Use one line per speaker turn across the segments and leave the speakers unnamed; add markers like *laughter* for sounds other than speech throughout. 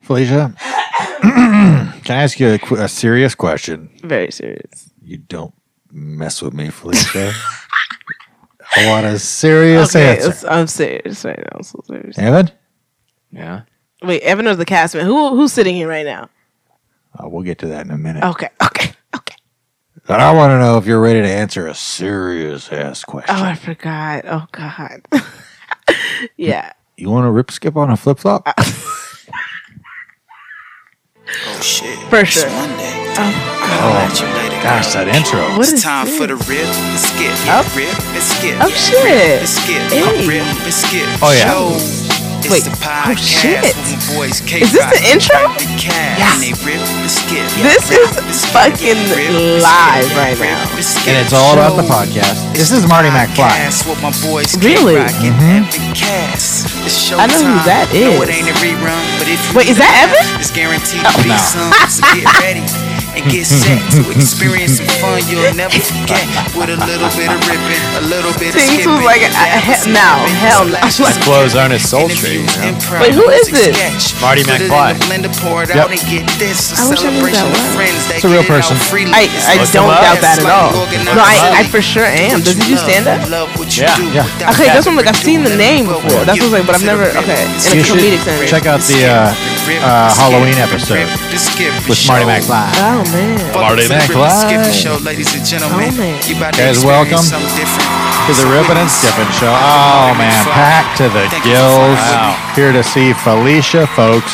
Felicia, *clears throat* can I ask you a, qu- a serious question?
Very serious.
You don't mess with me,
*laughs*
Felicia. I want a serious
Okay,
answer.
it's- I'm serious right now. I'm so serious.
Evan,
Yeah.
Wait, Evan or the castman? Who who's sitting here right now?
Uh, we'll get to that in a minute.
Okay, okay, okay.
But I want to know if you're ready to answer a serious ass question.
Oh, I forgot. Oh God. *laughs* yeah.
You want to rip skip on a flip flop?
Uh,
Oh shit.
For sure.
It's Monday.
Oh, gosh, that intro.
What
It's
is
time
this?
for the rip and skip.
Oh.
Rip and skip.
Oh, shit.
Rip and skip.
Hey.
Rip and skip.
Oh, yeah.
Show. It's
Wait.
the
Oh,
podcast
shit.
with my boys,
Is this the intro?
Yes. And they rip and skip.
This
Rip
is
and skip.
fucking
Rip and skip.
live right
Rip
now.
and skip.
And it's all about the
Show.
podcast. This is Marty McFly.
Podcast with my boys,
Really?
K-Rock and
Mm-hmm.
Evan Cass. It's
I know who
showtime.
that
No,
is.
it ain't a rerun, but if you
Wait, is that
live,
Evan?
It's guaranteed
Oh,
to be
no.
some. So get ready and
*laughs*
get set to experience some fun you'll never forget. With a little bit of ripping, a little bit of
Things
skipping.
was like, I- I- he- no, hell no.
My clothes aren't as sultry. You know?
Wait, who is this?
Marty McFly.
Yep.
Yep.
I wish I knew who that was.
It's a real person.
I, I
Look
don't
him up.
doubt that at all. No, I, I for sure am. Does
Did
he do stand up?
Yeah.
Yeah.
Okay, that's what I'm like. I've seen the name before. That's what I'm like, but I've never. Okay,
You
in a
should
comedic sense.
check out the uh, uh, Halloween episode with Marty McFly.
Oh man.
Marty
McFly.
Ladies and gentlemen,
Oh, man.
you about to
Guys, welcome
experience something different.
To the
So
Ribbon and
witness
Skippin' Show. Oh man, packed to the
Thank you for
gills.
following me.
Here to see Felicia, folks.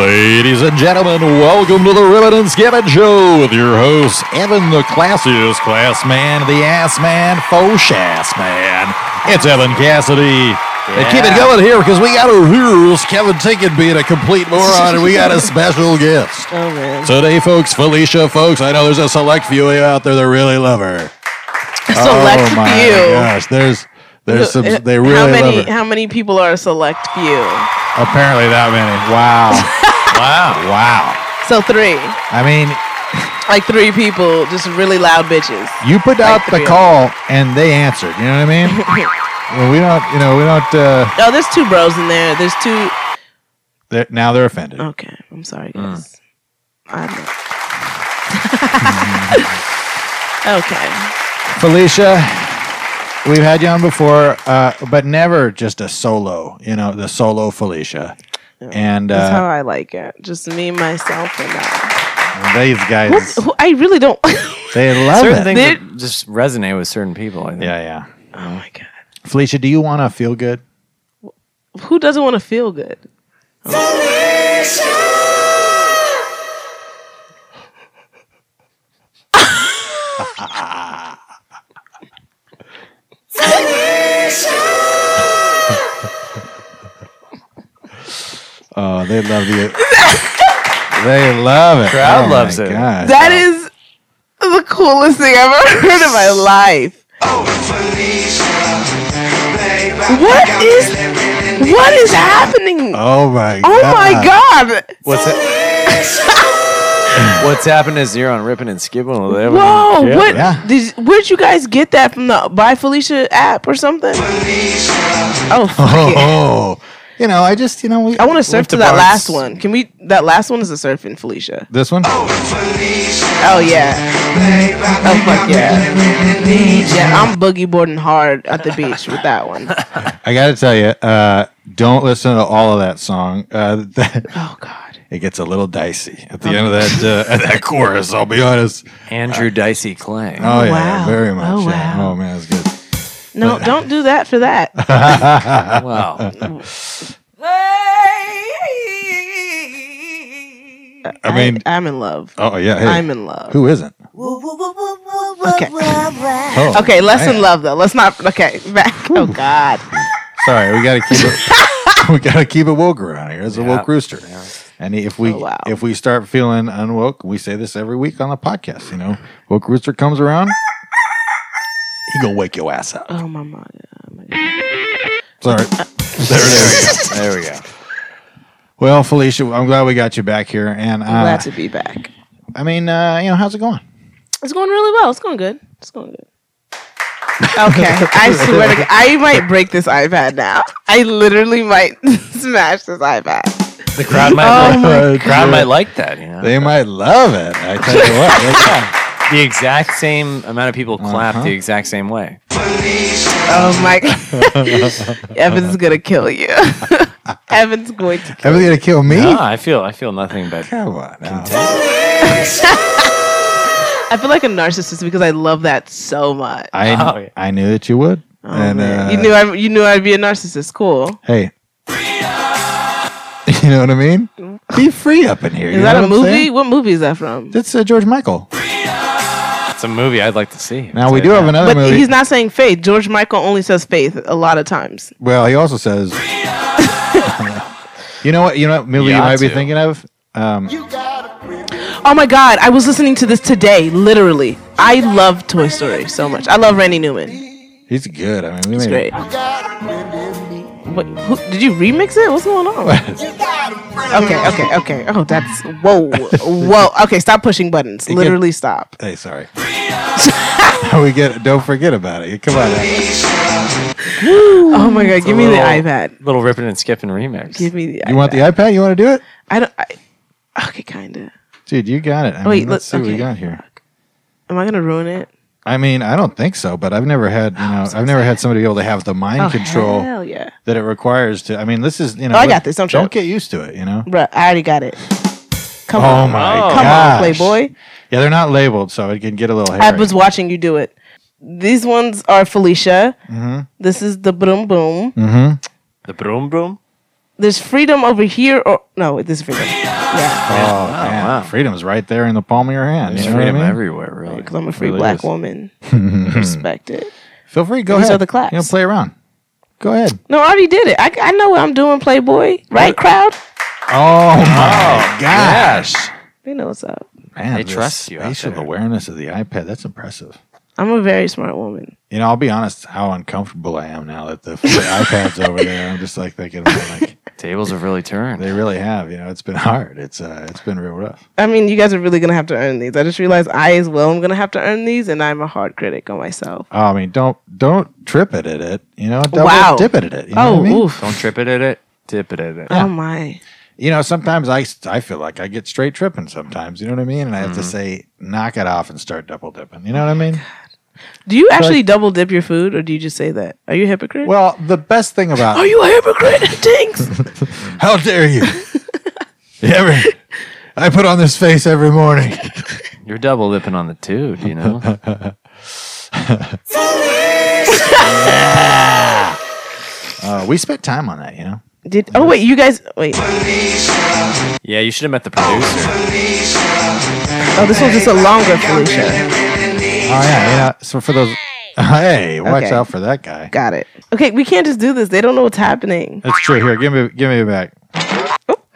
Ladies and gentlemen, welcome to the Ribbon and Skippin' Show with your host, Evan the Classiest Class Man, the Ass Man, Faux Ass Man. It's Evan Cassidy. And keep it
Yeah.
going here because we got our heroes, Kevin Tinkett being a complete moron, and we
*laughs*
got a special guest.
Oh man.
Today, folks, Felicia, folks, I know there's a select few out there that really love her.
*laughs* Select
oh my
few.
gosh, there's there's some,
Uh,
they really
how many?
love her.
How many people are a select few?
Apparently that many. *laughs* Wow,
Wow.
wow.
So three,
I mean,
like three people, just really loud bitches.
you put out
Like
the
three.
call and they answered. You know what I mean?
*laughs*
Well, we don't, you know, we don't. Uh,
Oh, there's two bros in there. There's two.
they're, now they're offended.
Okay, I'm sorry, guys. I know. *laughs* okay.
Felicia, we've had you on before, uh, but never just a solo. You know, the solo Felicia. And
That's how
uh,
I like it. Just me, myself, and I.
these guys,
Who- I really don't. *laughs* oh
they love
Certain
it.
things that just resonate with certain people. I think.
Yeah, yeah.
my god.
Felicia, do you want to feel good?
Who doesn't want to feel good?
Oh, they love
*laughs*
you. they love it.
Crowd
Oh,
loves
my
it.
God.
That is the coolest thing I've ever heard in my life. What is what is happening? Oh,
oh my.
my god!
What's ha- What's happened is you're on ripping and skipping.
Whoa! What
Yeah.
did? Where'd you guys get that from the By Felicia app or something? *laughs* Oh, fuck it.
Oh, you know, I just, you know, we,
I want to
we
surf
went
to that
bars.
last one. Can we? That last one is a surfing, Felicia.
This one.
Oh yeah. Oh fuck yeah. Yeah, I'm boogie boarding hard at the beach with that one.
I got to tell you, uh, don't listen to all of that song. Uh, *laughs* that,
*laughs* Oh god.
it gets a little dicey at the end of that uh, at that chorus. I'll be honest.
Andrew Dicey Clay.
*laughs* Oh, yeah,
wow.
very much.
Oh,
yeah.
wow.
oh man, it's good. *laughs*
No, don't do that for that.
wow.
I mean,
I'm in love.
oh yeah. Hey,
I'm in love.
who isn't?
Okay.
Oh,
*laughs* Okay, less in
man.
love though. Let's not. Okay, back.
*laughs*
Oh God.
Sorry, we gotta keep
*laughs*
it. we gotta keep it woke around here. It's a woke
Yeah.
rooster, and if we
Oh, wow.
if we start feeling unwoke, we say this every week on the podcast. You know, woke rooster comes around, he gonna wake your ass up.
Oh my God. Oh, my God.
Sorry, there it is.
There we go.
Well, Felicia, I'm glad we got you back here, and uh,
Glad to be back.
I mean, uh, you know, how's it going?
It's going really well. It's going good. It's going good. Okay, I swear *laughs* to God, I might break this iPad now. I literally might smash this iPad.
The crowd might,
Oh
*laughs*
my
like, crowd might like that. You know?
They might love it. I tell you
*laughs*
what. they- yeah.
the exact same amount of people clap
Uh-huh.
the exact same way.
*laughs* Oh my! Evan's gonna kill you. Evan's going to. Kill
That was gonna kill me.
No, I feel I feel nothing but
Come on. now.
I feel like a narcissist because I love that so much.
I
Oh, yeah.
I knew that you would.
Oh,
and
man.
uh,
you knew I, you knew I'd be a narcissist. Cool.
hey. *laughs* You know what I mean? Be free up in here. you
Mm. Is that
know
a
what I'm
movie?
saying?
What movie is that from?
That's uh, George Michael.
it's a movie I'd like to see.
Now we do have another
but
movie.
he's not saying faith. George Michael only says faith a lot of times.
well, he also
*laughs*
says. you know what? You know what movie you might be
Yatu.
thinking of? Um,
Oh my God! I was listening to this today. Literally, I love Toy Story so much. I love Randy Newman.
he's good. I mean, we
It's
made
great. What, who, did you remix it? What's going on? *laughs* Okay, okay, okay. Oh, that's *laughs* whoa, whoa. Okay, stop pushing buttons.
It
Literally stop.
Hey,
*laughs*
sorry. *laughs* we get. Don't forget about it. Come on. Now.
Oh my god, give me the
little-
iPad.
Little ripping and skipping remix.
Give me the.
You want the iPad? You want to do it?
I don't. I, okay, kinda.
Dude, you got it. I
Wait,
mean,
let-
let's see what we
okay.
got here.
Am I gonna ruin it?
I mean, I don't think so, but I've never had, you know, I've never had somebody able to have the mind
Oh,
control
Hell yeah.
that it requires to. I mean, this is, you know,
Oh, I got
look,
this, don't
don't
trip.
get used to it, you know.
Bruh, I already got it. Come
Oh
on.
my
Oh.
god,
Come on, Playboy.
Yeah, they're not labeled, so it can get a little
I
hairy.
was watching you do it. These ones are Felicia.
Mm-hmm.
This is the Boom Boom.
The broom broom.
There's Freedom over here. Or no, this is Freedom. Yeah,
oh, man,
wow.
freedom's right there in the palm of your hand.
There's
you know what I
freedom
mean?
everywhere, really.
because I'm a free
Really
black
is. *laughs*
woman. Respect it.
Feel free, go
These
ahead.
are the claps.
You know, play around. Go ahead.
No, I already did it. I, I know what I'm doing, Playboy. Right, crowd?
Oh my gosh,
Gosh.
They know what's up.
man,
They
the
trust you out
Spatial
there.
awareness of the iPad—that's impressive.
I'm a very smart woman.
You know, I'll be honest, how uncomfortable I am now that the iPad's over there. I'm just like thinking, man, like
Tables have really turned.
they really have. You know, it's been hard. It's uh, it's been real rough.
I mean, you guys are really gonna have to earn these. I just realized I as well am gonna have to earn these, and I'm a hard critic on myself.
Oh, I mean, don't don't trip it at it. You know, double
Wow.
dip it at it. You know
Oh,
what I mean?
oof.
Don't trip it at it. Tip it at it.
Oh my.
You know, sometimes I I feel like I get straight tripping. Sometimes you know what I mean, and I have to say, knock it off and start double dipping. You
Oh
know what I mean?
Do you actually double dip your food, or do you just say that? Are you a hypocrite?
Well, the best thing about
are you a hypocrite? *laughs* Thanks.
*laughs* How dare
*laughs*
you? You ever, I put on this face every morning.
You're double lipping on the dude, you know?
Uh, we spent time on that. You know,
Did oh wait, you guys wait.
yeah, you should have met the producer.
Oh, this was just a longer Felicia.
oh yeah, you know. So for those, *laughs* hey, watch
Okay.
out for that guy.
Got it. Okay, we can't just do this. They don't know what's happening.
That's true. Here, give me, give me back.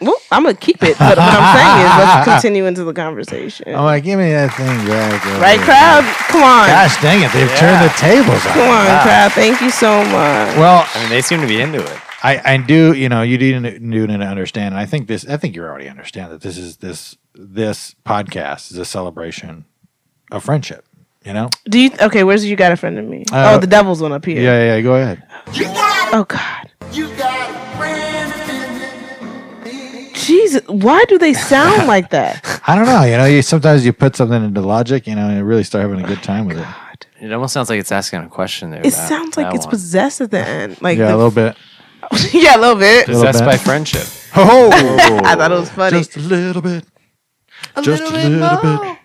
Oop, I'm gonna keep it, but what I'm saying is
*laughs*
let's continue into the conversation.
I'm like, give me that thing back. over
Right,
here.
crowd? Come on.
Gosh dang it, they've turned the tables on.
Come on,
us.
crowd. Thank you so much.
Well,
I mean, they seem to be into it.
I, I do, you know, you do, do need to understand, and I think this, I think you already understand that this is this this podcast is a celebration of friendship. You know?
Do you okay, where's you got a friend of me?
Uh,
oh, the devil's one up here.
Yeah, yeah. yeah go ahead.
Oh God. Jesus, why do they sound
*laughs*
like that?
I don't know. You know, you sometimes you put something into logic, you know, and you really start having a good time with it.
God.
It almost sounds like it's asking a question there.
It
that-
sounds like
that
it's
one.
possessed at the end. Like
Yeah, a
the-
little *laughs* bit.
*laughs* yeah, a little bit.
little
Possessed
bit.
by friendship.
Oh,
I thought it was funny.
just a little bit. just a little, bit.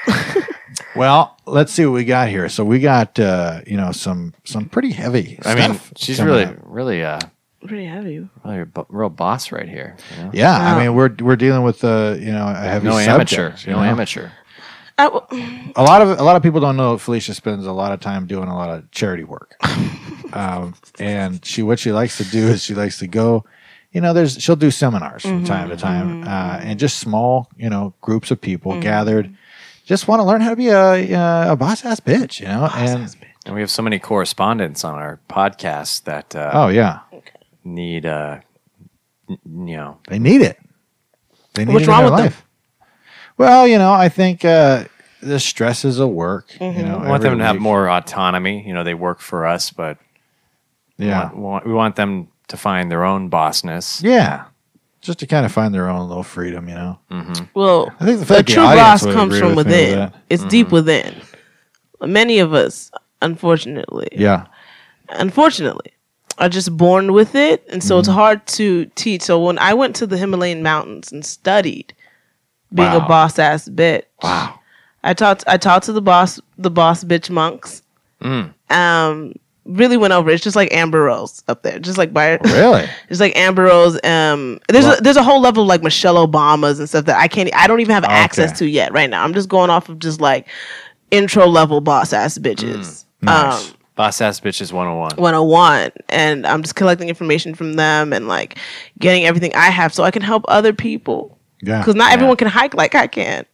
*laughs* well, let's see what we got here. So we got, uh, you know, some some pretty heavy.
I mean,
stuff
she's
coming
really,
up.
really, uh,
Pretty heavy.
really a bo- real boss right here. You know?
Yeah,
Wow.
I mean, we're we're dealing with uh, you know, a heavy
No
subject,
amateur.
you
No
know?
amateur.
I w-
A lot of a lot of people don't know Felicia spends a lot of time doing a lot of charity
*laughs*
work. um, and she what she likes to do is she likes to go, you know, there's she'll do seminars from time to time, uh, and just small, you know, groups of people gathered, just want to learn how to be a a boss ass bitch, you know, and
And we have so many correspondents on our podcast that uh,
oh yeah,
need, uh, n- you know,
they need it. They need
What's
it in
wrong
their
with them?
life. Well, you know, I think uh, the stresses of work.
Mm-hmm.
You know,
we want
every
them to have
week.
more autonomy. You know, they work for us, but
Yeah,
want, want, we want them to find their own bossness.
Yeah. Just to kind of find their own little freedom, you know.
Mm-hmm.
Well,
I think the
the,
fact the
true
audience
boss
would
comes
agree
from
with me with
within.
that.
It's deep within. Many of us, unfortunately,
Yeah.
unfortunately, are just born with it, and so
Mm-hmm.
it's hard to teach. So when I went to the Himalayan mountains and studied being
Wow.
a boss ass bitch,
Wow.
I talked I talked to the boss the boss bitch monks. Um, really went over. it. It's just like Amber Rose up there, just like by *laughs*
Really?
It's like Amber Rose. Um, there's a, there's a whole level of like Michelle Obamas and stuff that I can't. e, I don't even have access to yet right now. I'm just going off of just like intro level boss ass bitches.
Mm,
Um,
Boss ass bitches 101.
101 and i'm just collecting information from them and like getting everything i have so i can help other people
Yeah.
because not everyone can hike like i
*sighs*
can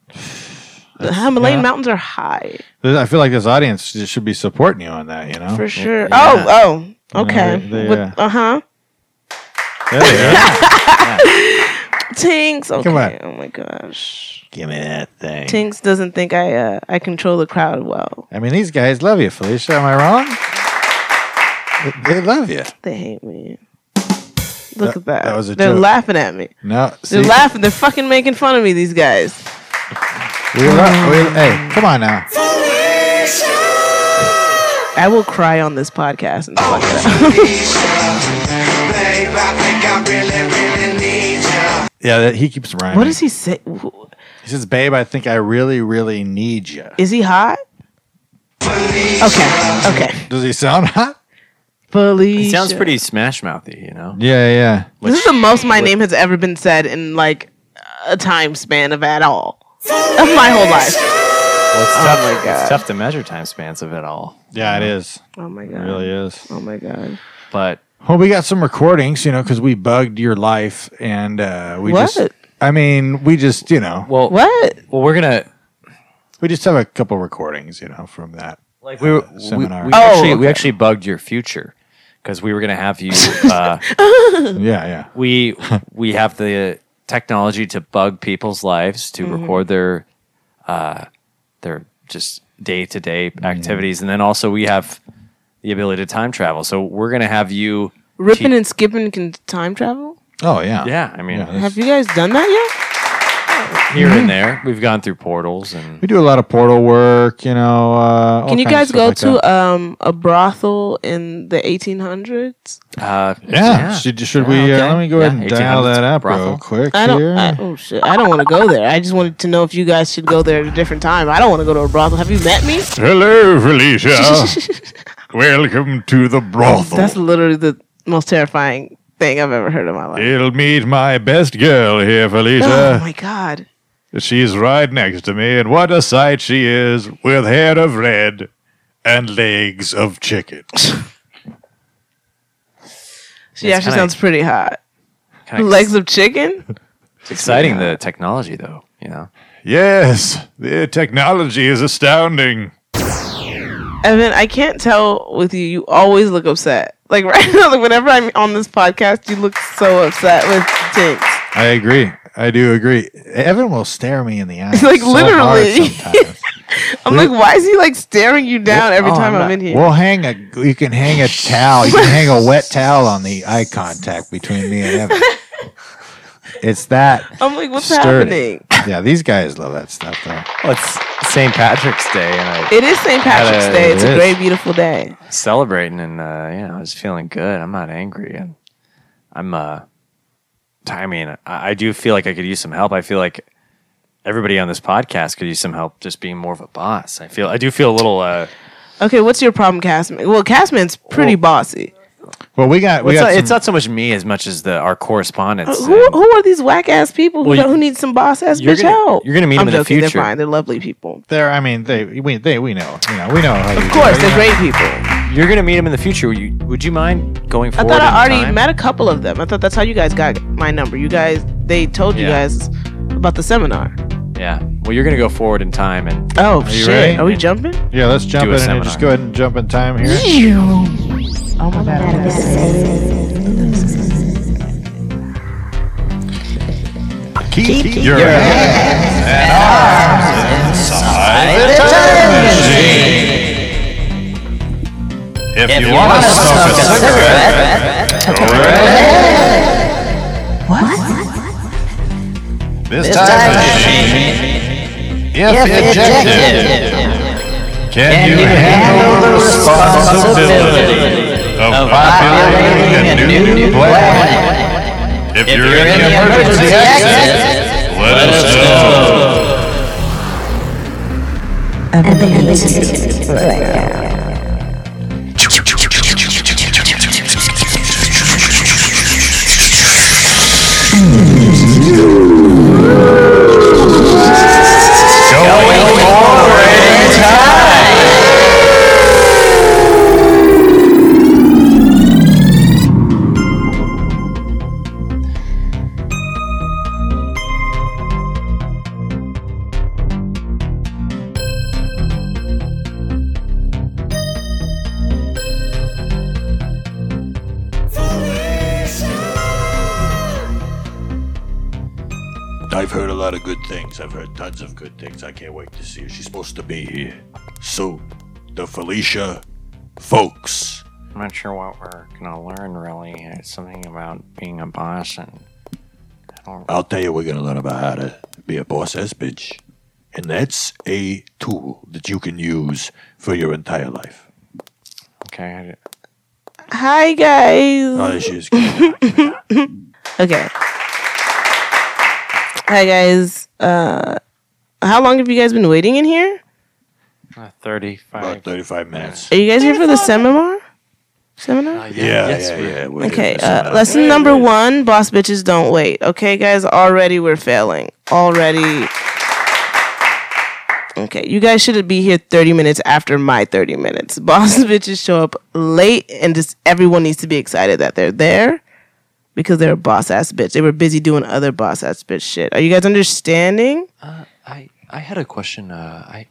the himalayan mountains are high
I feel like this audience just should be supporting you on that, you know?
for sure
yeah.
oh oh okay
they- they,
With-
uh,
uh-huh
There you go.
tinks okay
Come on.
oh my gosh
Give me that thing.
tinks doesn't think i uh i control the crowd well
I mean, these guys love you, Felicia. Am I wrong? They they love you.
they hate me look at that,
that was a
they're
joke.
laughing at me
No, see,
they're laughing they're fucking making fun of me these guys
we love. We, hey, come on now.
i will cry on this podcast until i get out
Babe, I think I really, really need ya.
Yeah, that, he keeps rhyming.
What does he say? Wh-
He says, "Babe, I think I really, really need you."
Is he hot? Okay. Okay.
Does he sound *laughs* hot?
Felicia.
He sounds pretty smash mouthy, you know?
Yeah, yeah.
This is the most my name has ever been said in like a time span of at all of my whole life.
Well, it's, tough,
Oh God.
it's tough to measure time spans of it all.
Yeah, it is.
Oh my
It
god.
really is.
Oh my god.
But
Well, we got some recordings, you know, because we bugged your life, and uh, we
What?
just. I mean, we just, you know,
well,
What?
well, we're gonna
we just have a couple recordings, you know, from that.
like
we
we,
were-
we,
seminar.
we
Oh,
actually we
okay.
actually bugged your future because we were gonna
*laughs*
have you. Uh,
Yeah, yeah.
we we have the technology to bug people's lives to
Mm-hmm.
record their uh, their just day to day
Mm-hmm.
activities, and then also we have the ability to time travel. So we're gonna have you
Ripping
te-
and skipping can time travel?
Oh, yeah.
yeah. I mean,
Yeah, that's-
Have you guys done that
here
*laughs*
and there, we've gone through portals and
We do a lot of portal work, you know. Uh, all
yet? Can you
kinds of
guys
stuff like
go
that.
to um, a brothel in the 1800s?
uh,
Yeah. Should, should we?
Yeah, okay.
Uh, let me go ahead
Yeah,
and dial
1800s
that up
brothel.
real quick
I don't.
here.
I, oh shit! I don't want to go there. I just wanted to know if you guys should go there at a different time. I don't want to go to a brothel. Have you met
*laughs*
me?
Hello, Felicia. Welcome to the brothel.
*laughs* That's literally the most terrifying thing I've ever heard in my life.
It'll meet my best girl here,
Oh
Felicia.
my god.
She's right next to me, and what a sight she is with hair of red and legs of *laughs* chicken.
She actually
kinda-
sounds pretty hot.
Kinda
Legs
*laughs*
of chicken?
exciting the technology though, you know.
yes, the technology is astounding.
Evan, I can't tell with you. You always look upset. Like *laughs* right now, like whenever I'm on this podcast, you look so upset with Jinx.
I agree. I do agree. Evan will stare me in the eyes.
Like,
so
literally.
hard sometimes.
I'm like, why is he like staring you down every
oh,
time
I'm
I'm,
not-
in here?
We'll hang a. You can hang a towel. You can hang a wet towel on the eye contact between me and Evan. It's that.
I'm like, what's
sturdy.
happening?
Yeah, these guys love that stuff though.
Well, it's St. Patrick's Day, and I
It is St. Patrick's
Gotta-
Day. It's
it
a
is.
great, beautiful day.
was celebrating, and uh, you know, I was feeling good. I'm not angry, and I'm. Uh, I mean, I, I do feel like I could use some help. I feel like everybody on this podcast could use some help, just being more of a boss. I feel. I do feel a little. Uh,
Okay, what's your problem, Castman? Well, Castman's pretty bossy.
Well, we got. We
it's,
got
not,
some-
it's not so much me as much as the our correspondence.
Who, who are these whack ass people who,
Well, you-
don't- who need some boss ass
you're
bitch
gonna-
help?
you're gonna meet
I'm
them in the
joking,
future.
They're fine. They're lovely people.
There, I mean, they we they we know, you know, we know how you.
Of course, they're great people.
and you're going to meet him in the future. Would you, would you mind going
I
forward?
thought I
in
already
time?
met a couple of them. I thought that's how you guys got my number. You guys, they told you
Yeah.
guys about the seminar.
Yeah. Well, you're going to go forward in time, and
Oh
you
shit!
ready?
Are we jumping?
Yeah, let's jump
Do
in
a
and just
seminar.
go ahead and jump in time here.
Oh my god!
Keep your head and arms inside the time machine. If you want to smoke a cigarette,
This, type of machine, if ejected, can you handle the responsibility of populating a new planet? If you're in an emergency exit, let us know. Going forward in time.
I've heard a lot of good things. I've heard tons of good things. I can't wait to see her. She's supposed to be here soon. The Felicia folks.
I'm not sure what we're gonna learn really. It's something about being a boss and I don't
I'll tell you, we're gonna learn about how to be a boss ass bitch, and that's a tool that you can use for your entire life.
okay.
Hi guys.
Oh, there she
*laughs*
is. Come on.
Okay. Hi guys. Uh, how long have you guys been waiting in here?
uh,
I, thirty five.
About thirty-five minutes.
Are you guys here for the seminar? Seminar?
Yeah,
Yes,
yeah,
we're-
yeah. we're-
Okay.
that's
Uh,
about
lesson number one: Boss bitches don't wait. Okay, guys. Already we're failing. Already. Okay, you guys should be here 30 minutes after my 30 minutes. *laughs* Boss bitches show up late and just everyone needs to be excited that they're there because they're a boss ass bitch. They were busy doing other boss ass bitch shit. Are you guys understanding?
I I had a question. Uh, I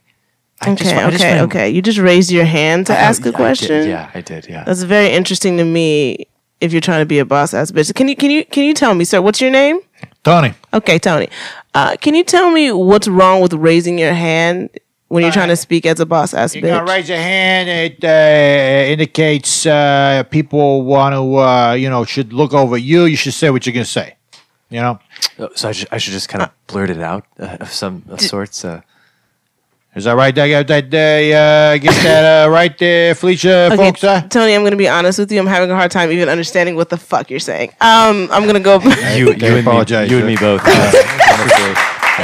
Okay, okay, okay. You just raised your hand to ask a question.
yeah, I did. Yeah.
That's very interesting to me if you're trying to be a boss ass bitch. Can you can you can you tell me, sir, what's your name?
Tony,
Okay, Tony. Uh, can you tell me what's wrong with raising your hand when you're trying to speak as a boss ass
You know,
bitch?
raise your hand. It uh, indicates uh, people want to, uh, you know, should look over you. You should say what you're going to say. You know,
Oh, so I should, I should just kind of blurt it out uh, of some of sorts. Uh,
is that right? Did I get that, uh,
*laughs*
get that uh, right there, Felicia,
Okay,
folks? Uh?
Tony, I'm gonna be honest with you. I'm having a hard time even understanding what the fuck you're saying. Um, I'm gonna go. *laughs*
you, you and
apologize,
me, you and
sir.
me both. Uh, *laughs*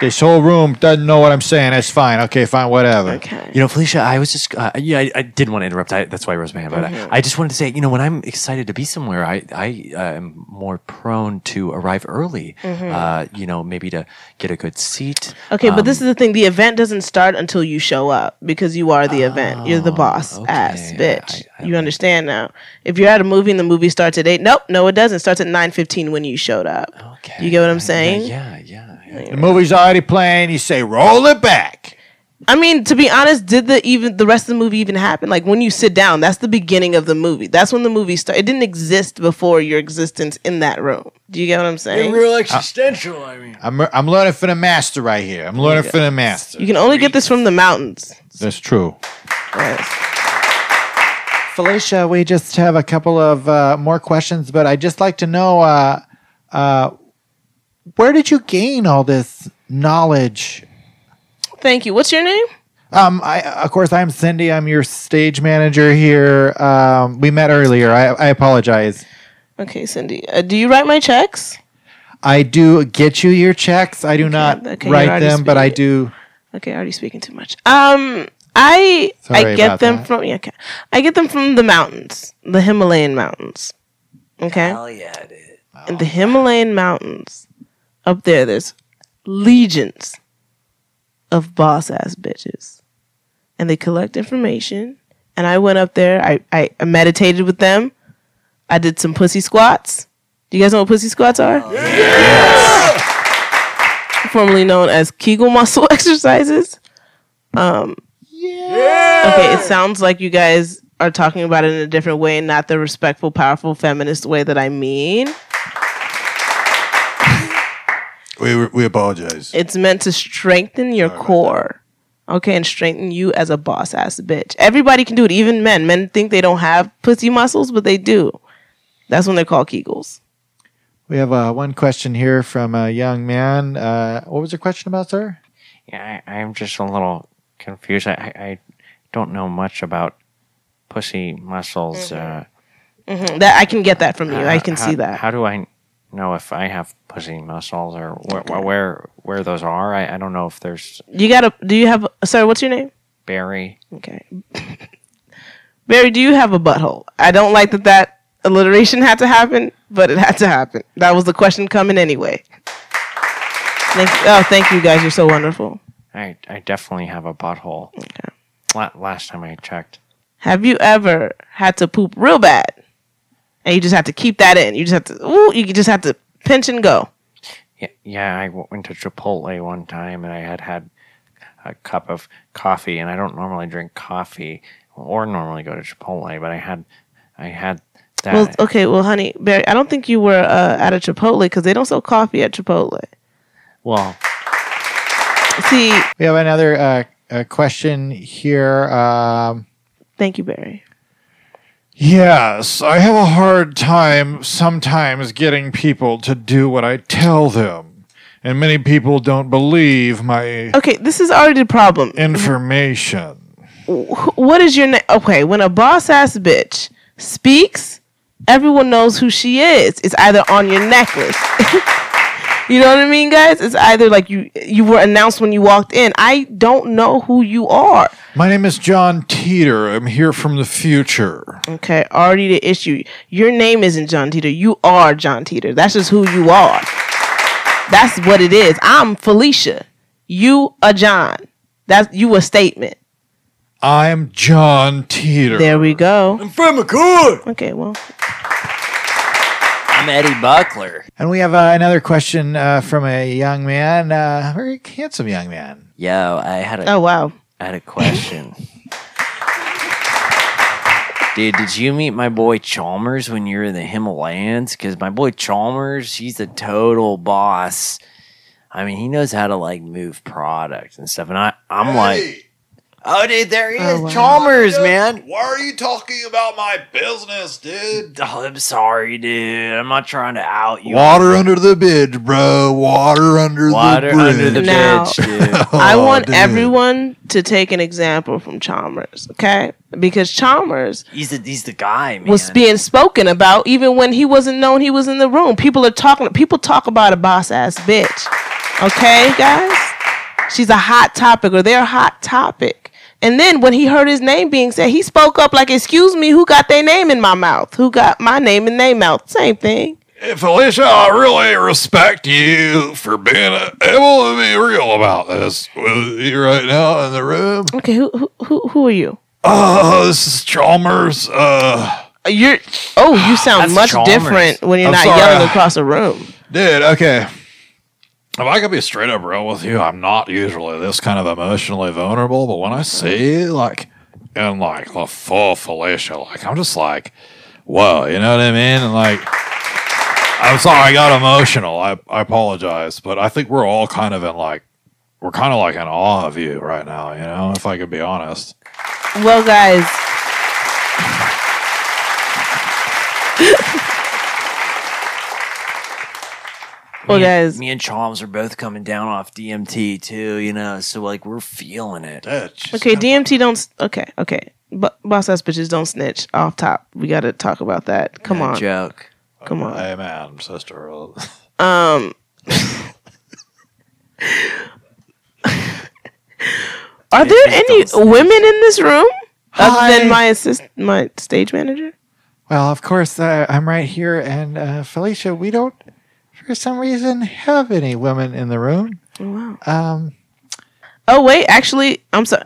This whole room doesn't know what I'm saying. That's fine. Okay, fine, whatever.
okay.
You know, Felicia, I was just, uh, yeah, I, I didn't want to interrupt. I, that's why I raised my hand. But
Mm-hmm.
I, I just wanted to say, you know, when I'm excited to be somewhere, I, I uh, am more prone to arrive early, uh, you know, maybe to get a good seat.
Mm-hmm.
Um,
Okay, but this is the thing. The event doesn't start until you show up because you are the event. You're the boss ass
Oh, okay.
bitch.
I- I-
you understand now. If you're at a movie and the movie starts at eight, nope, no, it doesn't. It starts at nine fifteen when you showed up.
Okay.
You get what I'm
I-
saying?
Yeah, yeah. yeah.
The movie's already playing. You say, roll it back.
I mean, to be honest, did the even the rest of the movie even happen? Like when you sit down, that's the beginning of the movie. That's when the movie starts. It didn't exist before your existence in that room. Do you get what I'm saying?
I'm, I'm learning from the master right here. I'm learning from the master.
you can only get this from the mountains.
That's true.
Yes.
Felicia, we just have a couple of uh, more questions, but I'd just like to know uh, uh, where did you gain all this knowledge?
Thank you. What's your name?
Um, I, of course, I'm Cindy. I'm your stage manager here. Um, we met earlier. I, I apologize.
Okay, Cindy. Uh, do you write my checks?
I do get you your checks. I do not
okay, you're
write
already
them, but I
speaking.
do.
Okay, already speaking too much. Um, I I
Sorry
get
about
them
that.
from yeah, okay. I get them from the mountains, the Himalayan mountains. Okay.
yeah, dude.
in the Himalayan mountains, up there, there's legions of boss ass bitches. And they collect information. And I went up there, I, I, I meditated with them. I did some pussy squats. Do you guys know what pussy squats are?
Oh,
Formerly known as Kegel muscle *laughs* exercises. Um, Okay, it sounds like you guys are talking about it in a different way, not the respectful, powerful, feminist way that I mean.
We, we apologize.
It's meant to strengthen your core. Okay, and strengthen you as a boss ass bitch. Everybody can do it, even men. Men think they don't have pussy muscles, but they do. That's when they're called Kegels.
We have uh, one question here from a young man. Uh, what was your question about, sir?
Yeah, I, I'm just a little confused. I, I I don't know much about pussy muscles. Uh,
Mhm, That I can get that from you. Mm-hmm. I
how-
can
how-
see that.
How do I know if I have pussy muscles or where where where those are? I, I don't know if there's
you gotta. Do you have? Sir, what's your name?
berry.
Okay. Barry, do you have a butthole? I don't like that that alliteration had to happen, but it had to happen. That was the question coming anyway. Thank you. Oh, thank you guys. You're so wonderful.
I I definitely have a butthole. La- last time I checked.
Have you ever had to poop real bad, and you just have to keep that in? You just have to. Ooh, you just have to pinch and go.
Yeah, yeah, I w- went to Chipotle one time and I had had a cup of coffee, and I don't normally drink coffee or normally go to Chipotle, but I had, I had that.
Well, okay. Well, honey, Barry, I don't think you were uh, at a Chipotle because they don't sell coffee at Chipotle.
well,
See,
We have another uh, uh question here. Um,
thank you, Barry.
yes, I have a hard time sometimes getting people to do what I tell them, and many people don't believe my
Okay, this is already the problem.
information.
wh- what is your name? Okay, when a boss ass bitch speaks, everyone knows who she is. It's either on your necklace. *laughs* you know what I mean, guys? It's either like you you were announced when you walked in. I don't know who you are.
My name is John Teeter. I'm here from the future.
Okay, already the issue. Your name isn't John Teeter. You are John Teeter. That's just who you are. That's what it is. I'm Felicia. You are John. That's you a statement.
I'm John Teeter.
There we go. I'm from McCoy. Okay, well,
I'm Eddie Buckler.
And we have uh, another question uh, from a young man, uh, very handsome young man.
Yo, I had a I
oh wow.
had a question. Dude, did you meet my boy Chalmers when you were in the Himalayas? Because my boy Chalmers, he's a total boss. I mean, he knows how to like move product and stuff. And I, I'm like, oh, dude, there he
Oh,
is,
wow.
Chalmers, man.
Why are you talking about my business, dude?
Oh, I'm sorry, dude. I'm not trying to out you.
Water under the bridge, bro. Water under
Water
the bridge.
under the
Now-
bridge, dude.
I want
dude.
everyone to take an example from Chalmers, okay? Because Chalmers
He's the he's the guy, man.
*laughs* was being spoken about even when he wasn't known he was in the room. People are talking people talk about a boss ass bitch. Okay, guys? She's a hot topic or they're a hot topic. And then when he heard his name being said, he spoke up like, excuse me, who got their name in my mouth? Who got my name in their mouth? Same thing.
Hey, Felicia, I really respect you for being able to be real about this with you right now in the room.
Okay, who who who, who are you?
Oh, this is Chalmers. Uh,
You're oh, you sound
That's
much
Chalmers.
different when you're
I'm
not
sorry,
yelling
I-
across the room.
dude, okay. If I could be straight up real with you, I'm not usually this kind of emotionally vulnerable, but when I see, like, in, like, the full Felicia, like, I'm just like, whoa, you know what I mean? And, like, I'm sorry I got emotional. I, I apologize, but I think we're all kind of in, like, we're kind of like in awe of you right now, you know, if I could be honest.
Well,
*laughs*
guys. well,
me,
Oh, guys.
me and Chalmers are both coming down off DMT too, you know. So like we're feeling it.
Okay, DMT don't. s- Okay, okay. But boss ass bitches don't snitch off top. We got to talk about that. Come
No
on.
joke.
Come on.
Amen, sister.
Are there
Bitches
any
don't snitch.
women in this room other
Hi.
than my assist, my stage manager?
Well, of course, uh, I'm right here, and uh, Felicia, we don't, for some reason, have any women in the room.
Wow.
Um,
Oh wait, actually, I'm sorry.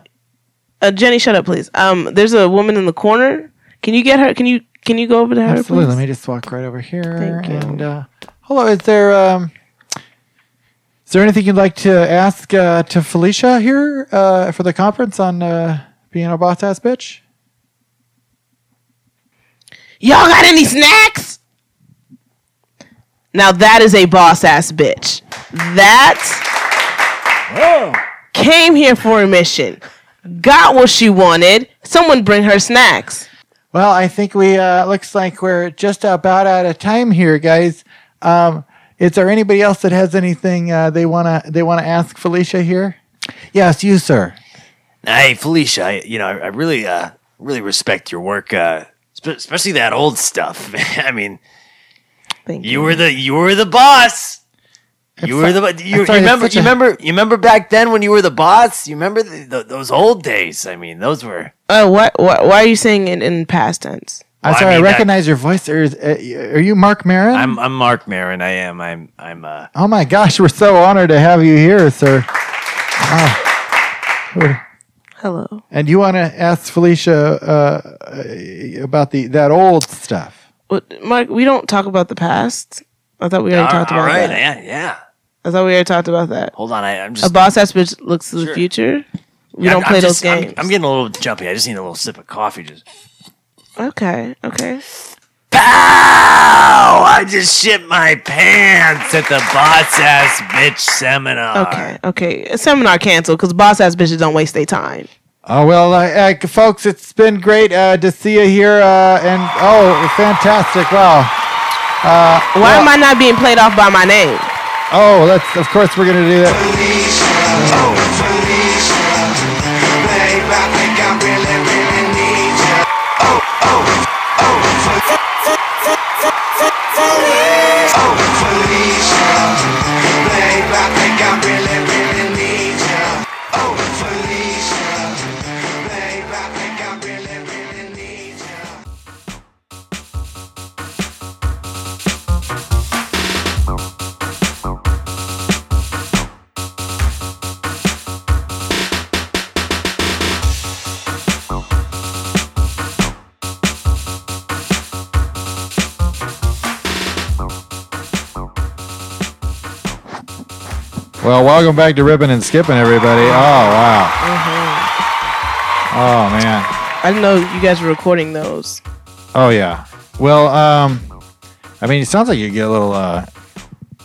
Uh, Jenny, shut up, please. Um, there's a woman in the corner. Can you get her? Can you can you go over to her?
absolutely.
please?
Let me just walk right over here.
Thank you.
And uh, hello, is there um, is there anything you'd like to ask uh, to Felicia here uh, for the conference on uh, being a boss ass bitch?
Y'all got any snacks? Now that is a boss ass bitch. That
Oh.
came here for a mission, got what she wanted. Someone bring her snacks.
Well, I think we uh, looks like we're just about out of time here, guys. Um, is there anybody else that has anything uh, they wanna they wanna ask Felicia here? Yes, you, sir.
Hey, Felicia, I, you know, I, I really, uh, really respect your work, uh, spe- especially that old stuff. *laughs* I mean,
Thank you.
you were the, you were the boss. You were the, bo- you, you
sorry, it's
remember,
such
you
a-
remember, you remember back then when you were the boss. You remember the, the, those old days. I mean, those were.
Uh, why, why, why are you saying it in past tense?
I'm
Well, I
sorry, I,
mean, that-
recognize your voice. Or is, uh, are you Mark Marin?
I'm, I'm Mark Marin. I am. I'm, I'm. Uh,
oh my gosh, we're so honored to have you here, sir. Wow.
Hello.
And you want to ask Felicia uh, uh, about the that old stuff?
What, Mark, we don't talk about the past. I thought we already talked
all
about
right,
that.
yeah, yeah.
I thought we already talked about that.
Hold on, I, I'm just.
A boss ass bitch looks to the future. We
I'm-
don't
I'm
play those
just- I'm-
games.
I'm, getting a little jumpy. I just need a little sip of coffee. Just
okay, okay.
pow! I just shit my pants at the boss ass bitch seminar.
Okay, okay. A seminar canceled because boss ass bitches don't waste their time.
Oh well, uh, uh, folks, it's been great uh, to see you here, uh, and oh, fantastic! Wow.
Why am I not being played off by my name?
Oh, that's of course we're gonna do that. Well, welcome back to Ripping and Skipping, everybody. Oh wow. Oh man.
I didn't know you guys were recording those.
Oh yeah. Well, um, I mean, it sounds like you get a little, uh,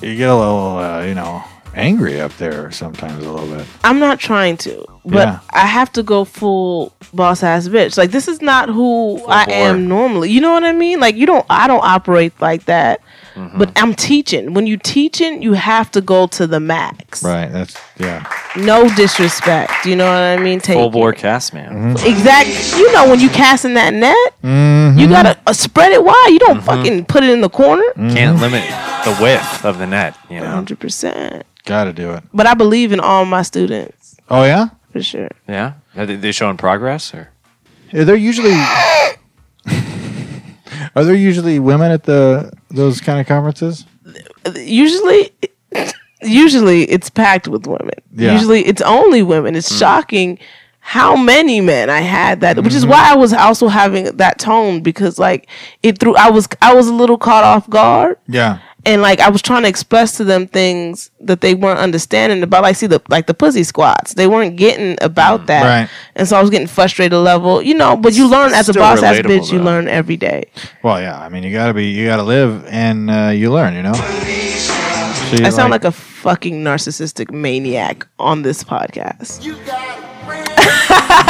you get a little, uh, you know, angry up there sometimes a little bit.
I'm not trying to, but
Yeah.
I have to go full boss ass bitch. Like this is not who I am normally. You know what I mean? Like you don't I don't operate like that. But I'm teaching. When you teaching, you have to go to the max.
Right. That's yeah.
No disrespect. You know what I mean? Take
Full bore
it.
cast man.
Exact. You know when you casting that net, you gotta uh, spread it wide. You don't fucking put it in the corner.
Can't limit the width of the net. You know.
Hundred percent.
Got to do it.
But I believe in all my students
Oh yeah.
for sure.
Yeah. Are they, they showing progress or?
Are there usually? Are there usually women at the those kind of conferences?
usually usually it's packed with women.
Yeah.
Usually it's only women. It's shocking how many men I had that which is why I was also having that tone because like it threw I was I was a little caught off guard
Yeah.
and like I was trying to express to them things that they weren't understanding about like see the like the pussy squats. They weren't getting about that.
Mm, Right.
And so I was getting frustrated level, you know, but you learn as a
Still
boss ass
relatable,
bitch, you
though.
learn every day.
Well, yeah. I mean, you gotta be, you gotta live, and uh, you learn. You know. So you
I sound like a fucking narcissistic maniac on this podcast. *laughs*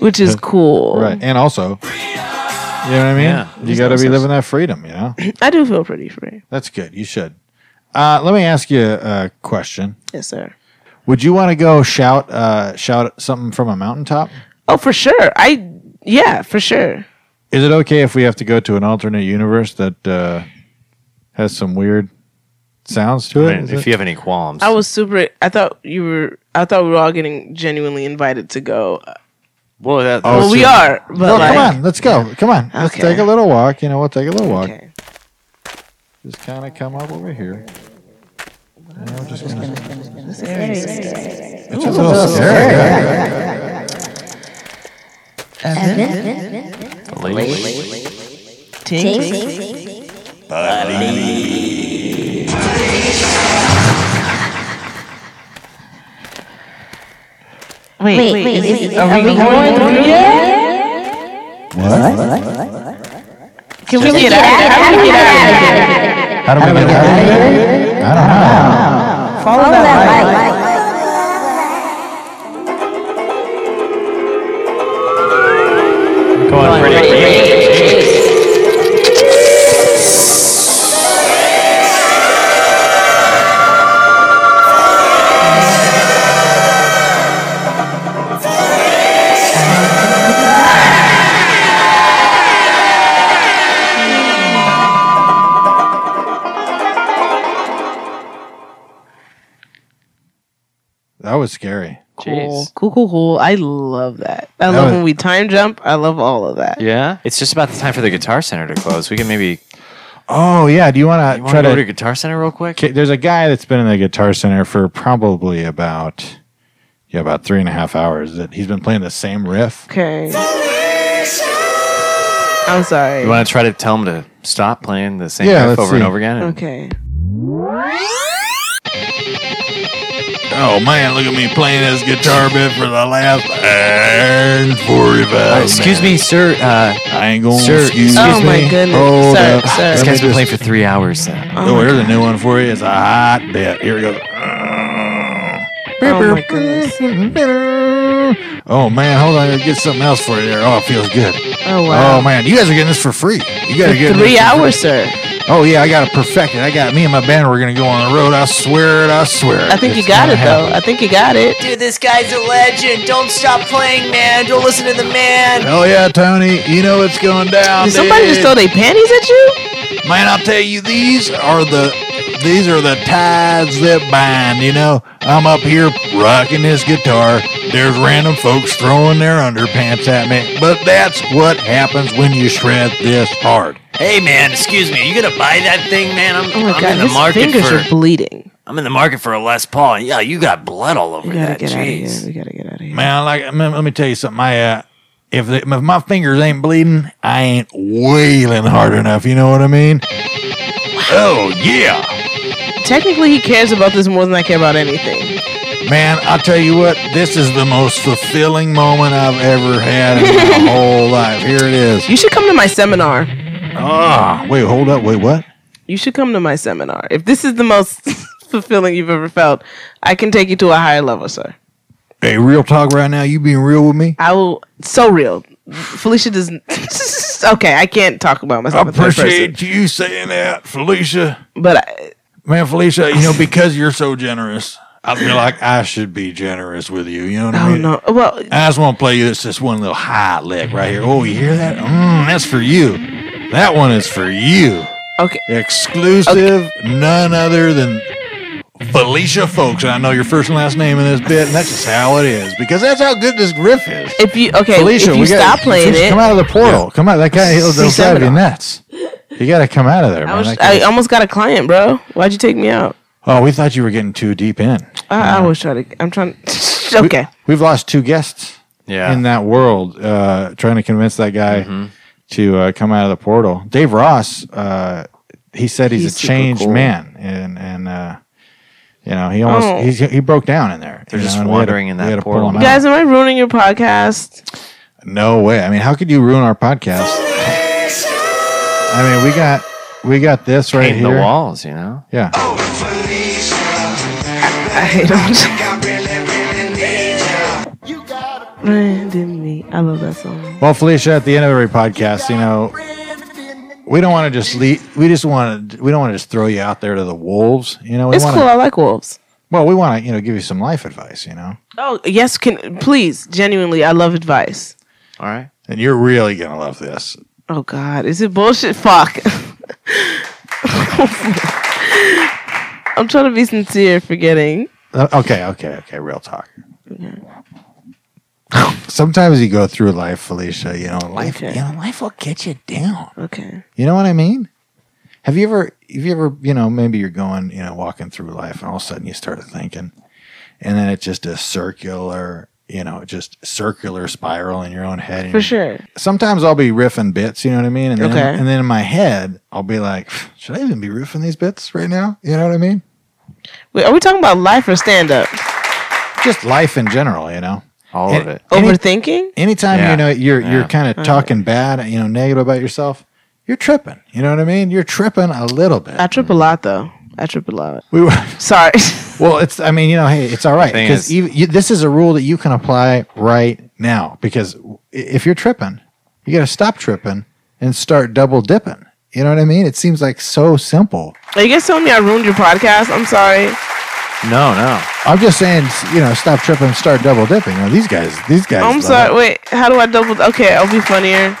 Which is cool.
right, and also, you know what I mean.
Yeah.
you gotta be living that freedom. You know,
I do feel pretty free.
that's good. You should. Uh, let me ask you a question.
Yes, sir.
Would you want to go shout uh, shout something from a mountaintop?
Oh, for sure. I yeah, for sure.
Is it okay if we have to go to an alternate universe that uh, has some weird sounds to it?
I mean,
Is
if
it-
you have any qualms,
I was super I thought you were I thought we were all getting genuinely invited to go.
well, that,
Oh,
well, we
shoot.
are, but
Well,
like,
come on, let's go. Come on, let's
Okay.
take a little walk. You know, we'll take a little walk.
Okay.
Just kind of come up over here.
Ting, ting. Wait, wait, is- are, we going through yet? What? Can we get out? How do we get out? of here?
How do we get out of here?
Follow that light.
come on, pretty.
That was scary.
Cool.
Jeez.
Cool, cool, cool. I love that. I
That
love
was-
when we time jump. I love all of that.
Yeah.
It's just about the time for the Guitar Center to close. We can maybe
Oh yeah. Do you want
you
to
want
try
to go to
to?
Guitar Center real quick.
Okay, there's a guy that's been in the Guitar Center for probably about yeah about three and a half hours. That he's been playing the same riff.
Okay. I'm sorry.
You want to try to tell him to stop playing the same
Yeah,
riff
let's
over and
see.
over again? and-
Okay.
Oh man, look at me playing this guitar bit for the last and
Uh,
forty-five.
excuse me, sir. Uh,
I ain't gonna
Sir,
excuse
Oh
me.
my goodness.
Hold
Sir,
up.
sir.
this
Let me
guy's been
just-
playing for three hours. Now.
Oh, here's a new one for you. It's a hot bit. Here we go.
Oh my goodness.
*laughs* Oh man, hold on. I gotta get something else for you there. Oh, it feels good.
Oh wow.
Oh man, you guys are getting this for free. You guys are getting
Three
this for free.
hours, sir.
Oh yeah, I got it perfected. I got me and my band. We're gonna go on the road. I swear it. I swear it.
I think
It's
you got
gonna
it though.
happen.
I think you got it.
Dude, this guy's a legend. Don't stop playing, man. Don't listen to the man.
Hell Oh, yeah, Tony. You know it's going down.
Did somebody just
dude.
throw their panties at you?
Man, I'll tell you, these are the these are the ties that bind. You know, I'm up here rocking this guitar. There's random folks throwing their underpants at me, but that's what happens when you shred this hard.
Hey, man. Excuse me. Are you gonna buy that thing, man? I'm,
Oh my
I'm
god,
in the
his
market
fingers
for.
are bleeding.
I'm in the market for a Les Paul. Yeah, you got blood all over
We gotta
that.
get out of here.
Jeez.
We gotta get out of here.
Man, like man, let me tell you something. I uh, if, the, if my fingers ain't bleeding, I ain't wailing hard enough. You know what I mean? Oh yeah.
Technically, he cares about this more than I care about anything.
Man, I'll tell you what, this is the most fulfilling moment I've ever had in my whole life. Here it is.
You should come to my seminar.
Ah, wait, hold up. Wait, what?
You should come to my seminar. If this is the most *laughs* fulfilling you've ever felt, I can take you to a higher level, sir.
Hey, real talk right now. You being real with me?
I will. So real. Felicia doesn't. *laughs* okay, I can't talk about myself. in third person.
you saying that, Felicia.
But I,
Man, Felicia, you know, because you're so generous, I feel like I should be generous with you. You know what I
I
mean?
don't know. Well,
I just want to play you this, this one little high lick right here. Oh, you hear that? Mm, that's for you. That one is for you.
okay.
Exclusive, none other than Felicia Folks. And I know your first and last name in this bit, and that's just how it is because that's how good this riff is.
If you okay,
Felicia,
if you
we gotta-
stop playing
Felicia,
it,
Come out of the portal. Come out. That guy, he'll,
See,
he'll drive you
Seminole.
nuts. You got to come out of there,
I,
man.
was,
That
I
guy-
almost got a client, bro. Why'd you take me out?
oh, we thought you were getting too deep in.
I, I always try to. I'm trying. *laughs*
We-
okay.
We've lost two guests
Yeah. Mm-hmm.
in that world uh, trying to convince that guy to uh, come out of the portal. Dave Ross, uh, he said he's,
He's
a
super
changed
cool.
man. And, and uh, you know, he almost
Oh.
he's, he broke down in there.
They're
you
just
know, and we had
wandering in
we
that
had to pull
portal.
him
You
out.
guys, am I ruining
*laughs*
your podcast?
No way. I mean, how could you ruin our podcast? I mean, we got we got this right
Painting
here.
the walls, you know.
Yeah.
I hate him. Brandon me. I love that song.
Well, Felicia, at the end of every podcast, you know, we don't want to just leave. We just want to. We don't want to just throw you out there to the wolves. You know, we
It's
want
cool.
to.
I like wolves.
Well, we want to, you know, give you some life advice. You know,
Oh yes, can please genuinely. I love advice.
All right.
and you're really gonna love this.
Oh God, is it bullshit? Fuck. *laughs* I'm trying to be sincere. Forgetting.
Uh, okay, okay, okay. Real talk. *laughs* Sometimes you go through life, Felicia. You know, life.
Okay.
You know, life will get you down.
Okay.
You know what I mean? Have you ever, have you ever, you know, maybe you're going, you know, walking through life and all of a sudden you start thinking, and then it's just a circular, you know, just circular spiral in your own head. And
For
you're-
sure.
Sometimes I'll be riffing bits, you know what I mean? And then,
Okay.
and then in my head, I'll be like, should I even be riffing these bits right now? You know what I mean?
Wait, are we talking about life or stand up?
Just life in general, you know?
All of
And-
it.
Any-
Overthinking?
anytime
Yeah.
you know you're you're
Yeah.
kind of talking bad, you know, negative about yourself, you're tripping. You know what I mean? You're tripping a little bit.
I trip a lot though. I trip a lot.
we were
Sorry. *laughs*
Well, it's. I mean, you know, hey, it's all right
thing
because
is-
you, you, this is a rule that you can apply right now. Because i- if you're tripping, you got to stop tripping and start double dipping. You know what I mean? It seems like so simple.
Are you guys telling me I ruined your podcast? I'm sorry.
No, no.
I'm just saying, s- you know, stop tripping, start double dipping. You know, these guys, these guys.
I'm
love
sorry.
it.
Wait, how do I double? Okay, I'll be funnier.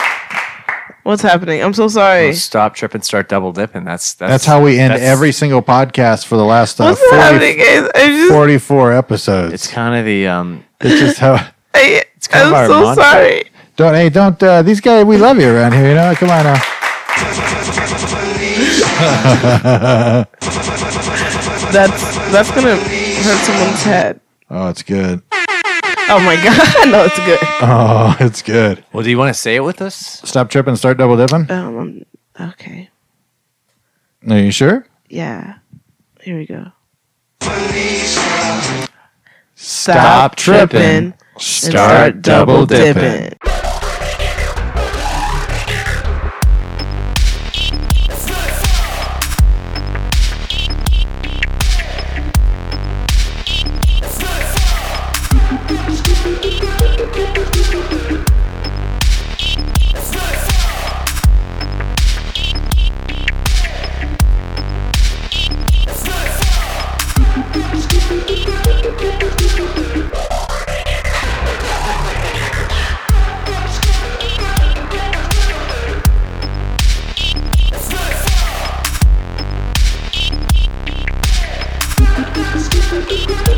What's happening? I'm so sorry.
Stop, trip, and start double dipping. That's that's,
That's how we end
that's-
every single podcast for the last uh,
What's happening?
40,
Guys? I just,
44 episodes.
It's kind of the um.
It's just how.
I,
kind of our
I'm so
mantra.
sorry.
Don't hey, don't uh, these guys. We love you around here. You know, come on now.
That's that's gonna hurt someone's head.
Oh, it's good.
Oh my *laughs* god, no, it's good.
Oh, *laughs* it's good.
Well, do you want to say it with us?
Stop tripping. Start double dipping.
Um, I'm- okay,
Are you sure?
yeah. Here we go.
Stop tripping.
and start
double dipping.
Thank you.